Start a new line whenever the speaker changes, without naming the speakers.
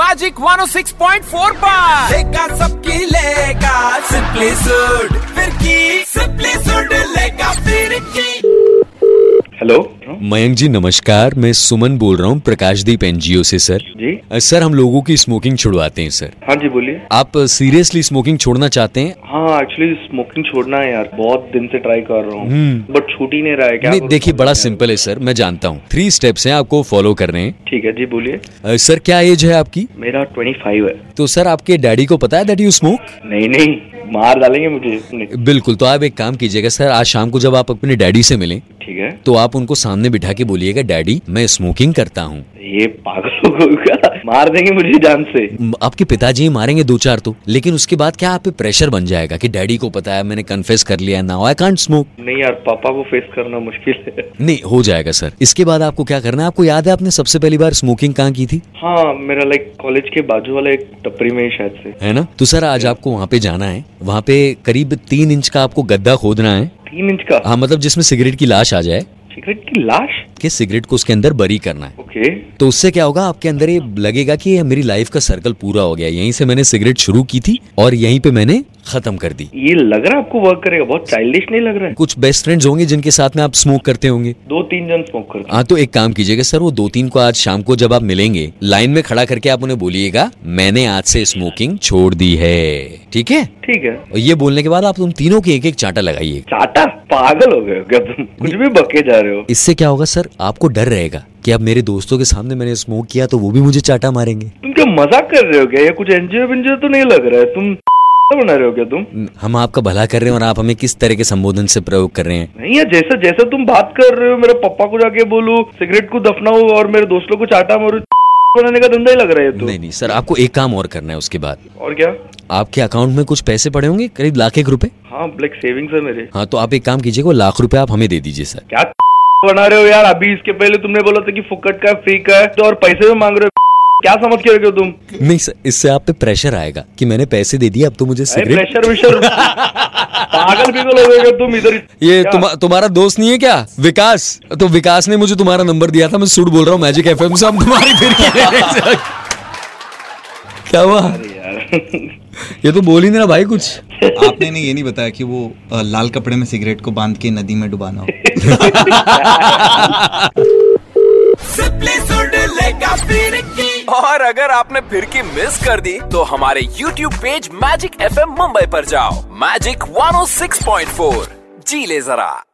Magic 106.4 पर
लेगा सबकी लेगा सिंपली सूट फिर की सिंपली सूट लेगा फिर की
हेलो
मयंक जी नमस्कार मैं सुमन बोल रहा हूँ प्रकाशदीप एनजीओ से सर
जी
अ, सर हम लोगों की स्मोकिंग छुड़वाते हैं सर
हाँ जी बोलिए
आप सीरियसली स्मोकिंग छोड़ना चाहते हैं
हाँ एक्चुअली स्मोकिंग छोड़ना है यार बहुत दिन से ट्राई कर रहा हूँ बट छूट ही नहीं रहा है क्या
हम्म। नहीं
करूं?
देखिए बड़ा सिंपल है सर मैं जानता हूँ थ्री स्टेप्स हैं आपको फॉलो करने हैं
ठीक है जी बोलिए
अ, सर क्या एज है आपकी
मेरा ट्वेंटी फाइव है
तो सर आपके डैडी को पता है दैट यू स्मोक
नहीं नहीं मार डालेंगे मुझे नहीं,
बिल्कुल तो आप एक काम कीजिएगा सर आज शाम को जब आप अपने डैडी से मिलें
ठीक है
तो आप उनको सामने बिठा के बोलिएगा डैडी मैं स्मोकिंग करता हूँ
ये पागल हो गए क्या? मार देंगे मुझे जान से
म- आपके पिताजी मारेंगे दो चार तो लेकिन उसके बाद क्या आप पे प्रेशर बन जाएगा कि डैडी को पता है मैंने कन्फेस कर लिया नाउ आई कांट स्मोक
नहीं यार पापा को फेस करना मुश्किल है
नहीं हो जाएगा सर इसके बाद आपको क्या करना है आपको याद है आपने सबसे पहली बार स्मोकिंग कहाँ की थी
हाँ मेरा लाइक कॉलेज के बाजू वाला एक टपरी में ही शायद से
है ना तो सर आज आपको वहाँ पे जाना है वहाँ पे करीब तीन इंच का आपको गद्दा खोदना है
तीन इंच का
हाँ मतलब जिसमें सिगरेट की लाश आ जाए
सिगरेट की लाश
कि सिगरेट को उसके अंदर बरी करना है
ओके
तो उससे क्या होगा आपके अंदर ये लगेगा कि ये मेरी लाइफ का सर्कल पूरा हो गया यहीं से मैंने सिगरेट शुरू की थी और यहीं पे मैंने खत्म कर दी
ये लग रहा है आपको वर्क करेगा बहुत चाइल्डिश नहीं लग रहा है
कुछ बेस्ट फ्रेंड्स होंगे जिनके साथ में आप स्मोक करते होंगे
दो तीन जन स्मोक करते हैं।
हाँ तो एक काम कीजिएगा सर वो दो तीन को आज शाम को जब आप मिलेंगे लाइन में खड़ा करके आप उन्हें बोलिएगा मैंने आज से स्मोकिंग छोड़ दी है ठीक है
ठीक है
और ये बोलने के बाद आप तुम तीनों के एक एक चांटा लगाइए
चाटा पागल हो गए हो क्या तुम कुछ भी बके जा रहे हो
इससे क्या होगा सर आपको डर रहेगा कि अब मेरे दोस्तों के सामने मैंने स्मोक किया तो वो भी मुझे चाटा मारेंगे
तुम क्या मजाक कर रहे हो क्या ये कुछ एनजीओ बिनजीओ तो नहीं लग रहा है तुम बना रहे हो क्या तुम
हम आपका भला कर रहे हैं और आप हमें किस तरह के संबोधन से प्रयोग कर रहे हैं
नहीं यार जैसा जैसा तुम बात कर रहे हो मेरे पापा को जाके बोलूं सिगरेट को दफनाओ और मेरे दोस्तों को चाटा मारू बनाने का धंधा ही लग रहा है
नहीं
तो
नहीं सर आपको एक काम और करना है उसके बाद
और क्या
आपके अकाउंट में कुछ पैसे पड़े होंगे करीब लाख एक रुपए
हाँ लाइक सेविंग्स है मेरे
हाँ तो आप एक काम कीजिएगा वो लाख रुपए आप हमें दे दीजिए सर
क्या बना रहे हो यार अभी इसके पहले तुमने बोला था कि फुकट का है, फ्री का है तो और पैसे भी मांग रहे हो क्या समझ के रखे हो तुम
नहीं सर इससे आप पे प्रेशर आएगा कि मैंने पैसे दे दिए अब तो मुझे
अरे
सिगरेट
प्रेशर विशर पागल बिगल हो गए क्या तुम इधर
ये
क्या?
तुम, तुम्हारा दोस्त नहीं है क्या विकास तो विकास ने मुझे तुम्हारा नंबर दिया था मैं सूट बोल रहा हूँ मैजिक एफ से हम तुम्हारी फिर क्या रहे हैं, सर? क्या हुआ
यार
ये तो बोल ही नहीं रहा भाई कुछ
आपने ने ये नहीं बताया कि वो अ, लाल कपड़े में सिगरेट को बांध के नदी में डुबाना हो
सिंपली सूट लेगा फिर की
और अगर आपने फिर की मिस कर दी तो हमारे YouTube oh page magic FM Mumbai पर जाओ मैजिक 106.4 जी ले जरा